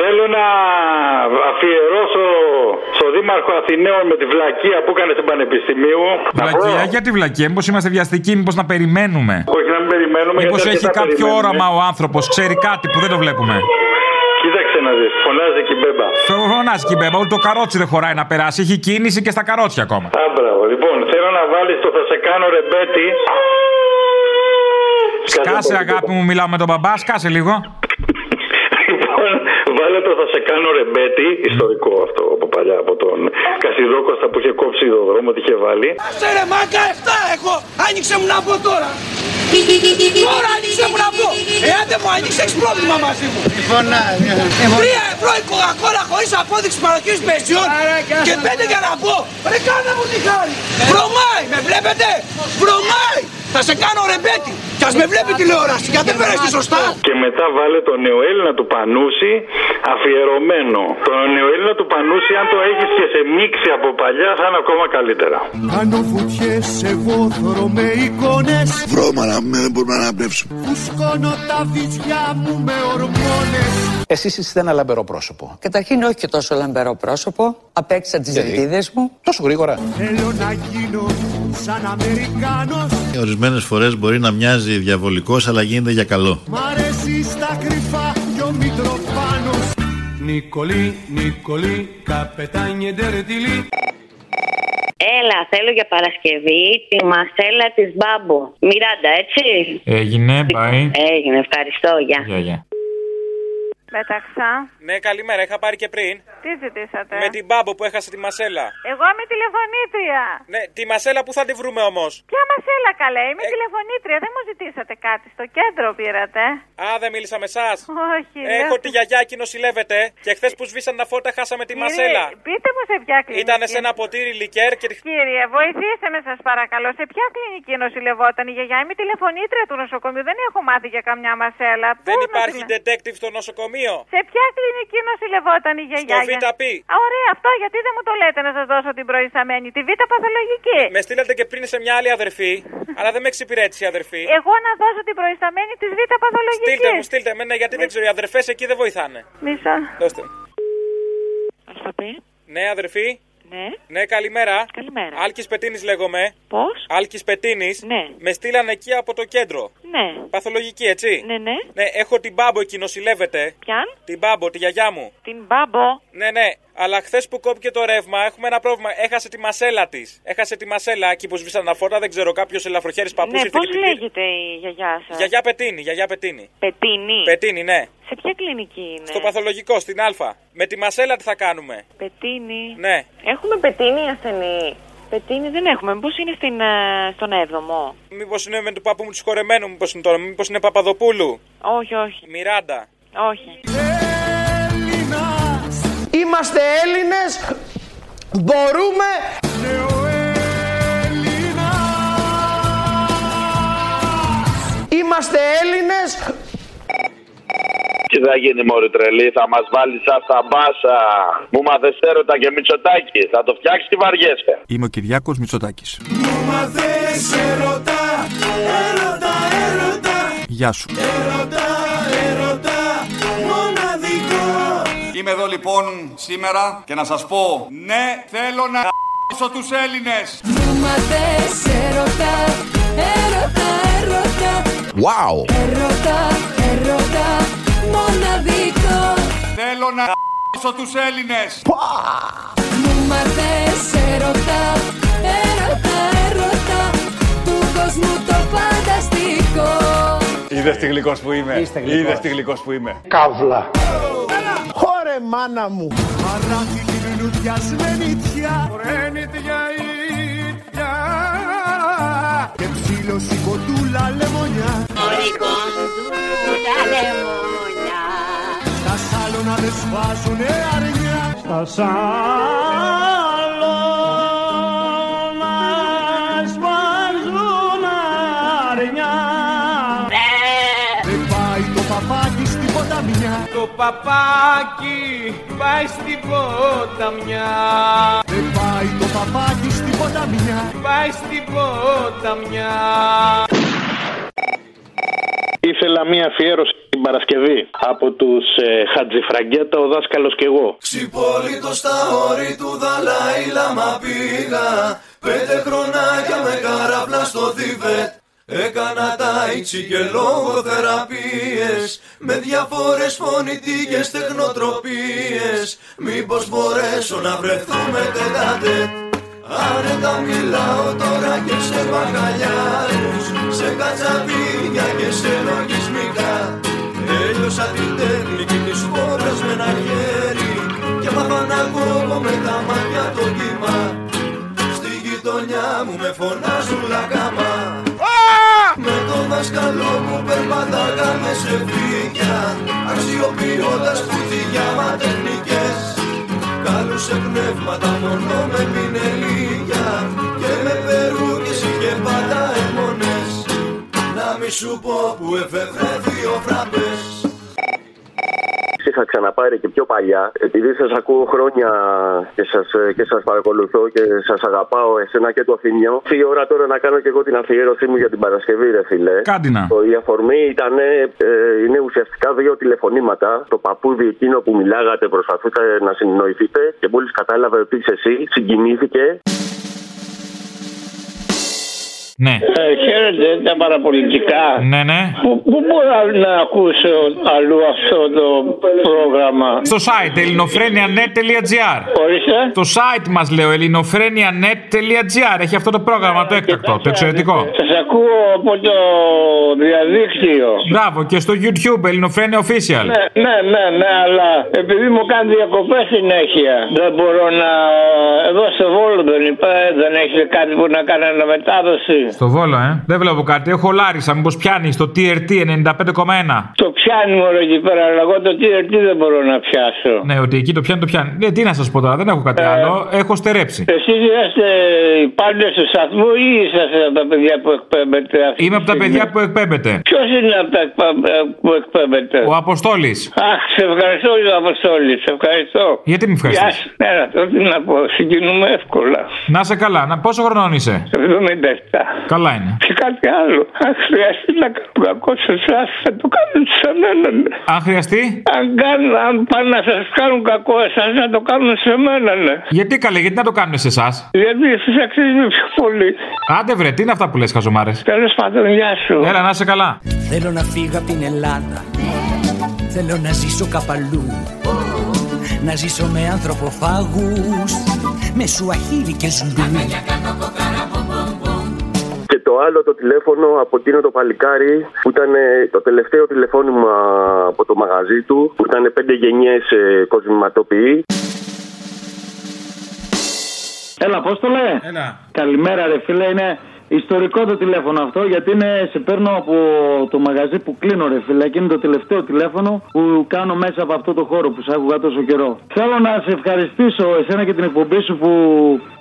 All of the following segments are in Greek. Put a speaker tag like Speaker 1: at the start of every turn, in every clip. Speaker 1: Θέλω να αφιερώσω στο Δήμαρχο Αθηναίων με τη βλακεία που έκανε στην Πανεπιστημίου. Να πω,
Speaker 2: Βλακία, γιατί βλακία. Μήπως είμαστε βιαστικοί, μήπως να περιμένουμε.
Speaker 1: Όχι να μην περιμένουμε.
Speaker 2: Μήπως
Speaker 1: γιατί
Speaker 2: έχει
Speaker 1: αρκετά
Speaker 2: κάποιο
Speaker 1: περιμένουμε.
Speaker 2: όραμα ο άνθρωπος, ξέρει κάτι που δεν το βλέπουμε.
Speaker 1: Κοίταξε να δεις, φωνάζει εκεί μπέμπα.
Speaker 2: Φωνάζει και η Μπέμπα, ούτε το καρότσι δεν χωράει να περάσει. Έχει κίνηση και στα καρότσια ακόμα.
Speaker 1: Α, μπράβο. Λοιπόν, θέλω να βάλεις το θα σε κάνω ρεμπέτη.
Speaker 2: Σκάσε, αγάπη μου, μιλάω με τον μπαμπά, σκάσε λίγο.
Speaker 1: Λοιπόν, βάλε το θα σε κάνω ρεμπέτη, ιστορικό αυτό από παλιά, από τον Κασιδόκοστα που είχε κόψει το δρόμο, τι είχε βάλει.
Speaker 3: Σε ρε μάκα 7 έχω, άνοιξε μου να πω τώρα. Τώρα άνοιξε μου να πω. Εάν δεν μου άνοιξε, έχεις πρόβλημα μαζί μου. ε, Τρία ευρώ η κοκακόλα χωρίς απόδειξη παροχής πεζιών και πέντε για να πω. Ρε κάνε μου τη χάρη. Βρωμάει, με βλέπετε. Βρωμάει. Θα σε κάνω ρεμπέτη. Κι ας με βλέπει τηλεόραση, γιατί δεν παίρνεις σωστά.
Speaker 1: Και μετά βάλε τον νεοέλληνα του Πανούση αφιερωμένο. Τον νεοέλληνα του Πανούση, αν το έχεις και σε μίξη από παλιά, θα είναι ακόμα καλύτερα.
Speaker 4: Κάνω φωτιές σε βόθρο με εικόνες
Speaker 5: Βρώμα να μην δεν μπορούμε να αναπνεύσουμε.
Speaker 4: Φουσκώνω τα βυζιά μου με ορμόνες
Speaker 6: Εσείς είστε ένα λαμπερό πρόσωπο.
Speaker 7: Καταρχήν όχι και τόσο λαμπερό πρόσωπο. Απέξα τις
Speaker 6: Γιατί?
Speaker 7: δικτίδες μου.
Speaker 6: Τόσο γρήγορα.
Speaker 4: Θέλω να γίνω σαν Αμερικάνος
Speaker 5: Ορισμένες φορές Ε, μπορεί να μοιάζει διαβολικός, αλλά γίνεται για καλό.
Speaker 4: Μ' αρέσει στα κρυφά κι ο Μητροπάνος
Speaker 3: Νικολή, Νικολή, καπετάνιε ντερτιλή.
Speaker 8: Έλα, θέλω για Παρασκευή τη μασέλα της Μπάμπου. Μιράντα, έτσι.
Speaker 2: Έγινε, πάει.
Speaker 8: Έγινε, ευχαριστώ, γεια.
Speaker 2: Γεια, γεια.
Speaker 9: Πέταξα.
Speaker 3: Ναι, καλημέρα, είχα πάρει και πριν.
Speaker 9: Τι ζητήσατε.
Speaker 3: Με την μπάμπο που έχασε τη μασέλα.
Speaker 9: Εγώ είμαι τηλεφωνήτρια.
Speaker 3: Ναι, τη μασέλα που θα τη βρούμε όμως.
Speaker 9: Ποια μα έλα καλέ, είμαι
Speaker 3: Ε-
Speaker 9: τηλεφωνήτρια. Δεν μου ζητήσατε κάτι. Στο κέντρο πήρατε.
Speaker 3: Α, δεν μίλησα με εσάς.
Speaker 9: Όχι.
Speaker 3: Έχω τη γιαγιά εκεί νοσηλεύεται και χθες που σβήσαν τα φώτα χάσαμε
Speaker 9: Ναι,
Speaker 3: τη μασέλα.
Speaker 9: Πείτε μου σε ποια κλινική.
Speaker 3: Ήτανε σε ένα ποτήρι λικέρ και τη-
Speaker 9: Κύριε, βοηθήστε με σας παρακαλώ. Σε ποια κλινική νοσηλευόταν η γιαγιά. Είμαι τηλεφωνήτρια του νοσοκομείου. Δεν έχω μάθει για καμιά μασέλα. Πού
Speaker 3: δεν
Speaker 9: νοσηλε-
Speaker 3: υπάρχει detective στο νοσοκομείο.
Speaker 9: Σε ποια κλινική νοσηλευόταν η γιαγιά.
Speaker 3: Στο
Speaker 9: για-
Speaker 3: VP.
Speaker 9: Α, Ωραία, αυτό γιατί δεν μου το λέτε να σας δώσω την προϊσταμένη. Τη β' παθολογική.
Speaker 3: Με στείλατε και πριν σε μια άλλη αδερφή, αλλά δεν με εξυπηρέτησε η αδερφή.
Speaker 9: Εγώ να δώσω την προϊσταμένη τη β' παθολογική.
Speaker 3: Ε, Στείλτε μου, στείλτε με, ναι, γιατί δεν ξέρω, οι αδερφές εκεί δεν βοηθάνε.
Speaker 9: Μισό.
Speaker 3: Δώστε μου. Ναι, αδερφή.
Speaker 8: Ναι,
Speaker 3: Ναι, καλημέρα.
Speaker 8: Καλημέρα.
Speaker 3: Άλκης Πετίνης λέγομαι.
Speaker 8: πώς,
Speaker 3: Άλκης Πετίνης.
Speaker 8: Ναι.
Speaker 3: Με στείλανε εκεί από το κέντρο.
Speaker 8: ναι,
Speaker 3: Παθολογική, έτσι.
Speaker 8: ναι, ναι,
Speaker 3: Ναι, έχω την μπάμπο εκεί, νοσηλεύεται.
Speaker 8: πιαν,
Speaker 3: Την μπάμπο, τη γιαγιά μου.
Speaker 8: την μπάμπο.
Speaker 3: Ναι, ναι, αλλά χθες που κόπηκε το ρεύμα έχουμε ένα πρόβλημα. Έχασε τη μασέλα της. Έχασε τη μασέλα εκεί που σβήσαν τα φώτα, δεν ξέρω, κάποιος ελαφροχέρι παππούς
Speaker 8: ναι,
Speaker 3: ήρθε
Speaker 8: πώς
Speaker 3: και την πήρε.
Speaker 8: λέγεται η γιαγιά σας.
Speaker 3: Γιαγιά Πετίνη, γιαγιά Πετίνη.
Speaker 8: Πετίνη.
Speaker 3: Πετίνη, ναι.
Speaker 8: Σε ποια κλινική είναι.
Speaker 3: Στο παθολογικό, στην Α. Με τη μασέλα τι θα κάνουμε.
Speaker 8: Πετίνη.
Speaker 3: Ναι.
Speaker 8: Έχουμε πετίνη ασθενή. Πετίνη δεν έχουμε. Μήπως είναι στην, ε, στον 7ο.
Speaker 3: Μήπως είναι με του παππού μου τους χορεμένου, μήπως είναι τώρα, μήπως είναι Παπαδοπούλου.
Speaker 8: Όχι, όχι,
Speaker 3: Μιράντα.
Speaker 8: όχι.
Speaker 4: Έλληνας
Speaker 3: Είμαστε Έλληνες, μπορούμε. Είμαστε Έλληνες,
Speaker 1: Τι θα γίνει, Μωρή τρελή, θα μας βάλεις σαν τα μπάσα. Μου μαθεστέρωτα και μυτσοτάκι. Θα το φτιάξεις και βαριέσαι.
Speaker 5: Είμαι ο Κυριάκος Μητσοτάκης.
Speaker 4: Μου μα θες ερωτά Ερωτά, ερωτά
Speaker 5: Γεια σου.
Speaker 4: Ερωτά, ερωτά Μοναδικό
Speaker 10: Είμαι εδώ λοιπόν σήμερα και να σας πω Ναι, θέλω να γα***σω τους Έλληνες
Speaker 9: Μα δεν σε ρωτά, έρωτα, έρωτα,
Speaker 6: Wow!
Speaker 9: έρωτα, έρωτα, μοναδικό.
Speaker 10: Θέλω να γα***σω τους Έλληνες
Speaker 9: Μα δεν σε ρωτά, έρωτα, έρωτα, του κόσμου το φανταστικό.
Speaker 10: Είδες τι γλυκός που είμαι Είδες τι γλυκός που είμαι
Speaker 4: Χωρε μάνα μου Παράτη την λουδιασμένη τιά Και ψήλωση κοντούλα λεμονιά Τα σάλωνα δεν σβάζουνε αρνιά Στα σάλωνα σβάζουν αρνιά Δεν πάει το παπάκι στην ποταμιά
Speaker 3: Το παπάκι πάει στην ποταμιά.
Speaker 4: Δεν πάει το
Speaker 11: παπάκι στην ποταμιά
Speaker 3: Πάει στην ποταμιά.
Speaker 12: Ήθελα μία αφιέρωση την Παρασκευή από τους ε, Χατζηφραγκέτα, ο δάσκαλος και εγώ.
Speaker 11: Ξυπόλυτο στα όρη του Δαλάη Λάμα πήγα Πέντε χρονάκια με καραπλά στο Θιβέτ Έκανα τάιτσι και λογοθεραπείες Με διαφορές φωνητικές τεχνοτροπίες Μήπως μπορέσω να βρεθούμε τετάτε Άνετα μιλάω τώρα και σε μπακαλιάρους Σε κατσαβίδια και σε λογισμικά Έλειωσα την τεχνική της χώρας με ένα χέρι Και μάθα να κόβω με τα μάτια το κύμα Στη γειτονιά μου με φωνάζουν λακάμα Με το δάσκαλό μου περπατάγαμε σε φύγια Αξιοποιώντας κουτιά μα τεχνικές Καλούσε πνεύματα μόνο με πινελίγια Και με περούκες είχε πάντα αιμονές Να μη σου πω που εφευρέθη ο φράπες
Speaker 13: σας είχα ξαναπάρει και πιο παλιά, επειδή σας ακούω χρόνια και σας, ε, και σας παρακολουθώ και σας αγαπάω εσένα και το Αθηνιό, ήρθε η ώρα τώρα να κάνω και εγώ την αφιέρωσή μου για την Παρασκευή, ρε φίλε.
Speaker 2: Κάντινα.
Speaker 13: Το, η αφορμή ήταν, ε, ε, είναι ουσιαστικά δύο τηλεφωνήματα. Το παππούδι εκείνο που μιλάγατε προσπαθούτε να συνεννοηθείτε και μόλις κατάλαβε ότι είσαι εσύ, συγκινήθηκε.
Speaker 2: Ναι.
Speaker 14: Ε, χαίρετε τα παραπολιτικά.
Speaker 2: Ναι, ναι.
Speaker 14: Πού, πού μπορώ να ακούσω αλλού αυτό το πρόγραμμα.
Speaker 2: Στο site ελληνοφρένια.net.gr
Speaker 14: Ορίστε.
Speaker 2: Το site μας λέω ελληνοφρένια.net.gr Έχει αυτό το πρόγραμμα το έκτακτο, το εξαιρετικό.
Speaker 14: Σας ακούω από το διαδίκτυο.
Speaker 2: Μπράβο και στο YouTube Ελληνοφρένια Official.
Speaker 14: Ναι, ναι, ναι, ναι, αλλά επειδή μου κάνεις διακοπές συνέχεια, δεν μπορώ να... Εδώ στο Βόλο δεν είπα, δεν έχετε κάτι που να κάνει αναμετάδοση.
Speaker 2: Στο Βόλο, ε. Δεν βλέπω κάτι. Έχω λάρισα. Μήπως πιάνει το TRT 95,1.
Speaker 14: Το πιάνει μόνο εκεί πέρα, αλλά εγώ το TRT δεν μπορώ να πιάσω.
Speaker 2: Ναι, ότι εκεί το πιάνει, το πιάνει. Ναι, τι να σας πω τώρα, δεν έχω κάτι
Speaker 14: Ε.
Speaker 2: άλλο. Έχω στερέψει.
Speaker 14: Εσείς είσαστε οι πάντες του σταθμού ή είσαστε από τα παιδιά που εκπέμπετε αυτή
Speaker 2: Είμαι από τα παιδιά που εκπέμπεται.
Speaker 14: Ποιος είναι από τα εκπα- ε, που εκπέμπεται.
Speaker 2: Ο Αποστόλης.
Speaker 14: Αχ, σε ευχαριστώ, Ιω Αποστόλης, σε ευχαριστώ.
Speaker 2: Γιατί με ευχαριστείς?
Speaker 14: Γεια σου. Ναι, να το τι να πω, συγκινούμε εύκολα.
Speaker 2: Να σε καλά. Να, πόσο χρονών είσαι.
Speaker 14: 77.
Speaker 2: Καλά είναι.
Speaker 14: Και κάτι άλλο. Αν χρειαστεί να κάνω κακό σε εσάς, θα το κάνω σε μένα.
Speaker 2: Αν χρειαστεί.
Speaker 14: Αν, κάνουν, αν πάνε να σας κάνουν κακό εσάς, να το κάνουν σε μένα, ναι.
Speaker 2: Γιατί καλέ, γιατί να το κάνουν σε εσάς.
Speaker 14: Γιατί εσείς αξίζει πιο πολύ.
Speaker 2: Άντε βρε, τι είναι αυτά που λες, χαζομάρες.
Speaker 14: Τέλος πάντων, γεια σου.
Speaker 2: Έλα, να είσαι καλά.
Speaker 15: Θέλω να φύγω από την Ελλάδα Θέλω να ζήσω καπαλού Να ζήσω με ανθρωποφάγους Με σουαχίλι και ζουλού
Speaker 13: Και το άλλο το τηλέφωνο από εκείνο το παλικάρι που ήταν ε, το τελευταίο τηλεφώνημα από το μαγαζί του που ήταν πέντε γενιές ε, κοσμηματοποιοί.
Speaker 5: Έλα, Απόστολε.
Speaker 2: Έλα.
Speaker 5: Καλημέρα, ρε φίλε. Είναι ιστορικό το τηλέφωνο αυτό γιατί είναι, σε παίρνω από το μαγαζί που κλείνω, ρε φίλε. Και είναι το τελευταίο τηλέφωνο που κάνω μέσα από αυτό το χώρο που σ' άκουγα τόσο καιρό. Θέλω να σε ευχαριστήσω εσένα και την εκπομπή σου που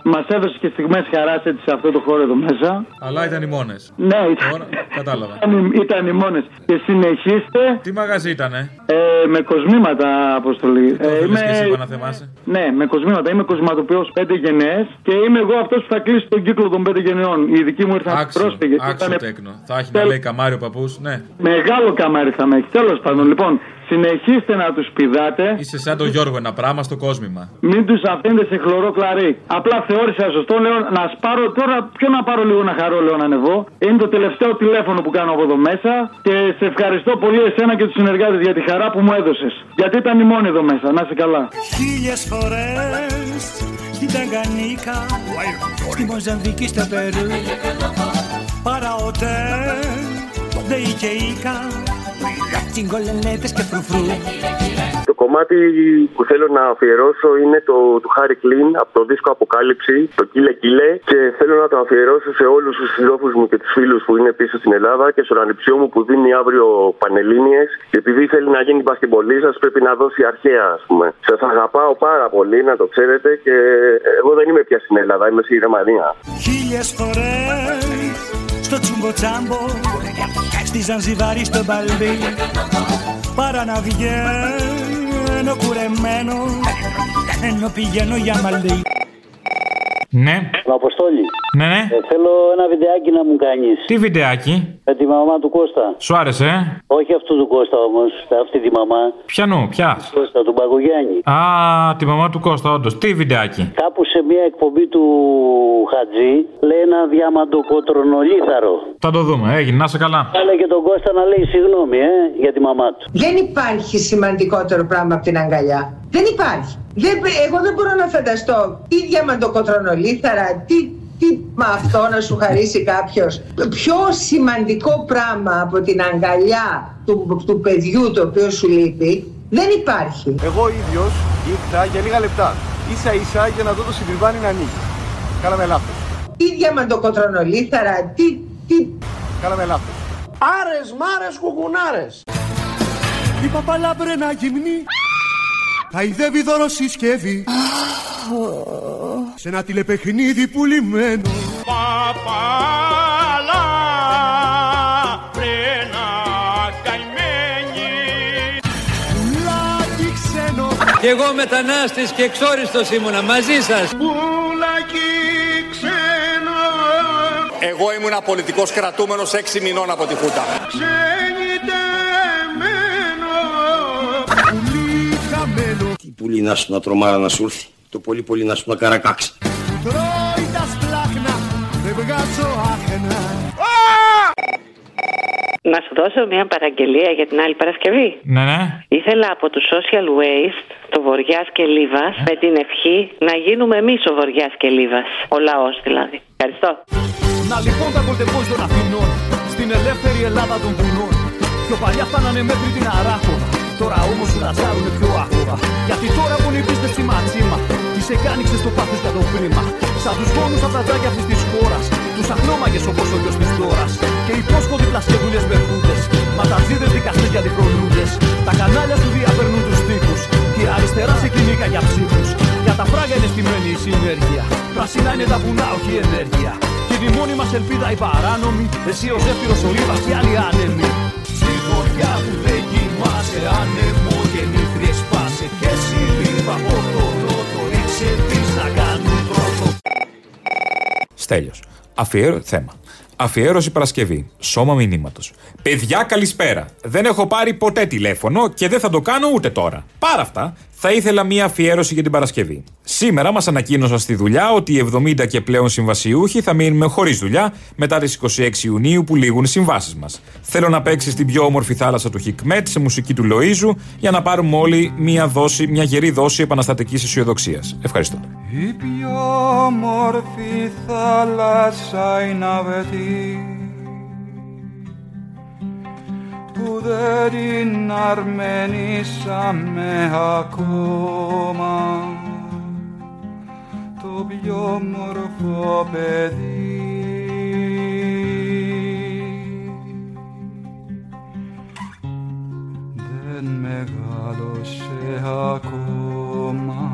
Speaker 5: μας έδωσες και στιγμές χαράς έτσι σε αυτό το χώρο εδώ μέσα.
Speaker 2: Αλλά ήταν οι μόνες.
Speaker 5: Ναι, ήταν.
Speaker 2: κατάλαβα.
Speaker 5: Ήταν, ήταν οι μόνες. Και συνεχίστε
Speaker 2: Τι μαγαζί ήτανε.
Speaker 5: ε, με κοσμήματα, Αποστολή. Ε, είμαι-
Speaker 2: παναθεμάσαι.
Speaker 5: ναι, με κοσμήματα. Είμαι κοσματοποιός πέντε γενναίε και είμαι εγώ αυτός που θα κλείσει τον κύκλο των πέντε γενεών. Οι δικοί μου ήρθαν πρόσφυγε.
Speaker 2: τέκνο. Θα έχει
Speaker 5: να λέει
Speaker 2: καμάριο παππούς. Ναι.
Speaker 5: Μεγάλο καμάρι θα με έχει. Τέλος πάντων, λοιπόν, συνεχίστε να τους πηδάτε.
Speaker 2: Είσαι σαν τον Γιώργο ένα πράγμα στο κόσμημα.
Speaker 5: Μην τους αφήνετε σε χλωρό κλαρί. Απλά θεώρησα σωστό, λέω να σπάρω τώρα. Ποιο να πάρω λίγο να χαρώ, λέω να ανεβώ. Είναι το τελευταίο τηλέφωνο που κάνω από εδώ μέσα. Και σε ευχαριστώ πολύ εσένα και τους συνεργάτες για τη χαρά που μου έδωσες. Γιατί ήταν η μόνη εδώ μέσα. Να είσαι καλά.
Speaker 11: Χίλιες φορές στην Ταγκανίκα, στη Μοζαμβική, στο Περού Παραωτέ, δε και Ήκα, τσιγκολενέτες και φρουφρού
Speaker 13: Το κομμάτι που θέλω να αφιερώσω είναι το του Χάρη Κλίν από το δίσκο Αποκάλυψη, το Κίλε Κίλε. Και θέλω να το αφιερώσω σε όλους τους συντρόφους μου και τους φίλους που είναι πίσω στην Ελλάδα και στον ανιψιό μου που δίνει αύριο Πανελλήνιες. Και επειδή θέλει να γίνει μπασκεμπολίστα, πρέπει να δώσει αρχαία, ας πούμε. Σας αγαπάω πάρα πολύ, να το ξέρετε. Και εγώ δεν είμαι πια στην Ελλάδα, είμαι στη Γερμανία.
Speaker 11: Χίλιες φορές στο τσιμποτσάμπο, στη Ζανζιβάρη, στο Μπαλμπί Παραναβγαίνω κουρεμένο, ενώ πηγαίνω για μαλλί
Speaker 16: Ναι.
Speaker 17: Ο Αποστόλη.
Speaker 16: Ναι, ναι.
Speaker 17: Ε, θέλω ένα βιντεάκι να μου κάνεις.
Speaker 16: Τι βιντεάκι.
Speaker 17: Με τη μαμά του Κώστα.
Speaker 16: Σου άρεσε, ε?
Speaker 17: Όχι αυτού του Κώστα όμως. Αυτή τη μαμά.
Speaker 16: Πιανού, πια.
Speaker 17: Κώστα, του Μπαγκογιάννη.
Speaker 16: Α, τη μαμά του Κώστα, όντως. Τι βιντεάκι.
Speaker 17: Κάπου σε μια εκπομπή του Χατζή λέει ένα διάμαντο κοτρονολίθαρο.
Speaker 16: Θα το δούμε. Έγινε, να σε καλά.
Speaker 17: Κάλε και τον Κώστα να λέει συγγνώμη, ε, για τη μαμά του.
Speaker 18: Δεν υπάρχει σημαντικότερο πράγμα από την αγκαλιά. Δεν υπάρχει. Δεν, εγώ δεν μπορώ να φανταστώ τι διαμαντοκοτρονολίθαρα, τι, τι με αυτό να σου χαρίσει κάποιος. Το πιο σημαντικό πράγμα από την αγκαλιά του, του παιδιού το οποίο σου λείπει δεν υπάρχει.
Speaker 19: Εγώ ίδιος ήρθα για λίγα λεπτά. σα ίσα για να δω το συντριβάνι να ανοίγει. Κάναμε λάθος.
Speaker 18: Τι διαμαντοκοτρονολίθαρα, τι, τι...
Speaker 19: Κάναμε λάθος.
Speaker 18: Άρες, μάρες, κουκουνάρες.
Speaker 4: Η παπαλαμπρένα γυμνή Χαϊδεύει δώρο συσκευή Σε ένα τηλεπαιχνίδι πουλημένο
Speaker 20: Παπαλά πρένα καημένη
Speaker 4: Λάκι ξένο
Speaker 5: Κι εγώ μετανάστης και εξόριστος ήμουνα μαζί σας
Speaker 20: Πουλάκι ξένο
Speaker 21: Εγώ ήμουν πολιτικός κρατούμενος 6 μηνών από τη Χούτα.
Speaker 20: Ξενιτεμένο
Speaker 4: Πουλί χαμένο
Speaker 13: Τι πουλί να σου να τρομάρα να σου έρθει. Το πολύ πολύ να σου να καρακάξει.
Speaker 4: Τρώει τα σπλάχνα Δεν βγάζω άχνα
Speaker 22: Να σου δώσω μια παραγγελία για την άλλη Παρασκευή.
Speaker 16: Ναι, ναι.
Speaker 22: Ήθελα από τους social waste, το Βοριάς και Λίβας, με την ευχή να γίνουμε εμείς ο Βοριάς και Λίβας. Ο λαός δηλαδή. Ευχαριστώ.
Speaker 4: Να λοιπόν τα κολτεπόζ των Αθηνών Στην ελεύθερη Ελλάδα των βουνών Πιο παλιά φτάνανε μέχρι την Αράχοβα Τώρα όμως ουραζάρουνε πιο άχοβα Γιατί τώρα που νηπίστε στη ματσίμα Τις εκάνηξε στο πάθος για το πρίμα Σαν τους γόνους τα βραζάκια αυτής της χώρας Τους αχνόμαγες όπως ο γιος της δώρας Και υπόσχονται πλαστικές δουλειές μπερδούντες Μα τα τζίδες δικαστές για διχρονούντες Τα κανάλια σου διαπερνούν τους τοίχους Και η αριστερά σε κυνήγα για ψήφους Για τα φράγκα είναι στημένη η συνέργεια Πράσινα είναι τα βουνά όχι η ενέργεια Και τη μόνη μας ελπίδα η παράνομη Εσύ ο ζέφυρος ο Λίβας και άλλοι άνεμοι Στη βοριά που δεν κοιμάσαι Άνεμο και νύχτριες πάσε Και εσύ Λίβα από το νότο Ρίξε τις να κάνουν πρώτο
Speaker 2: Στέλιος. Αφιέρω... Θέμα. Αφιέρωση Παρασκευή. Σώμα μηνύματος. Παιδιά, καλησπέρα. Δεν έχω πάρει ποτέ τηλέφωνο και δεν θα το κάνω ούτε τώρα. Πάρα αυτά, θα ήθελα μία αφιέρωση για την Παρασκευή. Σήμερα μας ανακοίνωσαν στη δουλειά ότι οι 70 και πλέον συμβασιούχοι θα μείνουμε χωρίς δουλειά μετά τις 26 Ιουνίου που λήγουν οι συμβάσεις μας. Θέλω να παίξει στην πιο όμορφη θάλασσα του Χικμέτ σε μουσική του Λοίζου για να πάρουμε όλοι μία δόση, μια γερή δόση επαναστατικής αισιοδοξίας. Ευχαριστώ.
Speaker 10: Η πιο όμορφη θάλασσα είναι αυτή που δεν την αρμενήσαμε ακόμα το πιο όμορφο παιδί δεν μεγάλωσε ακόμα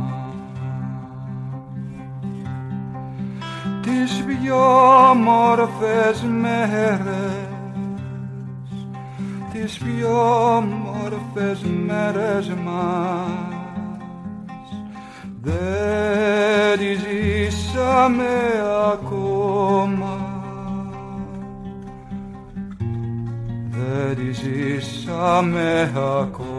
Speaker 10: τις πιο όμορφες μέρες τις πιο όμορφες μέρες μας δεν τις ζήσαμε ακόμα δεν τις ζήσαμε ακόμα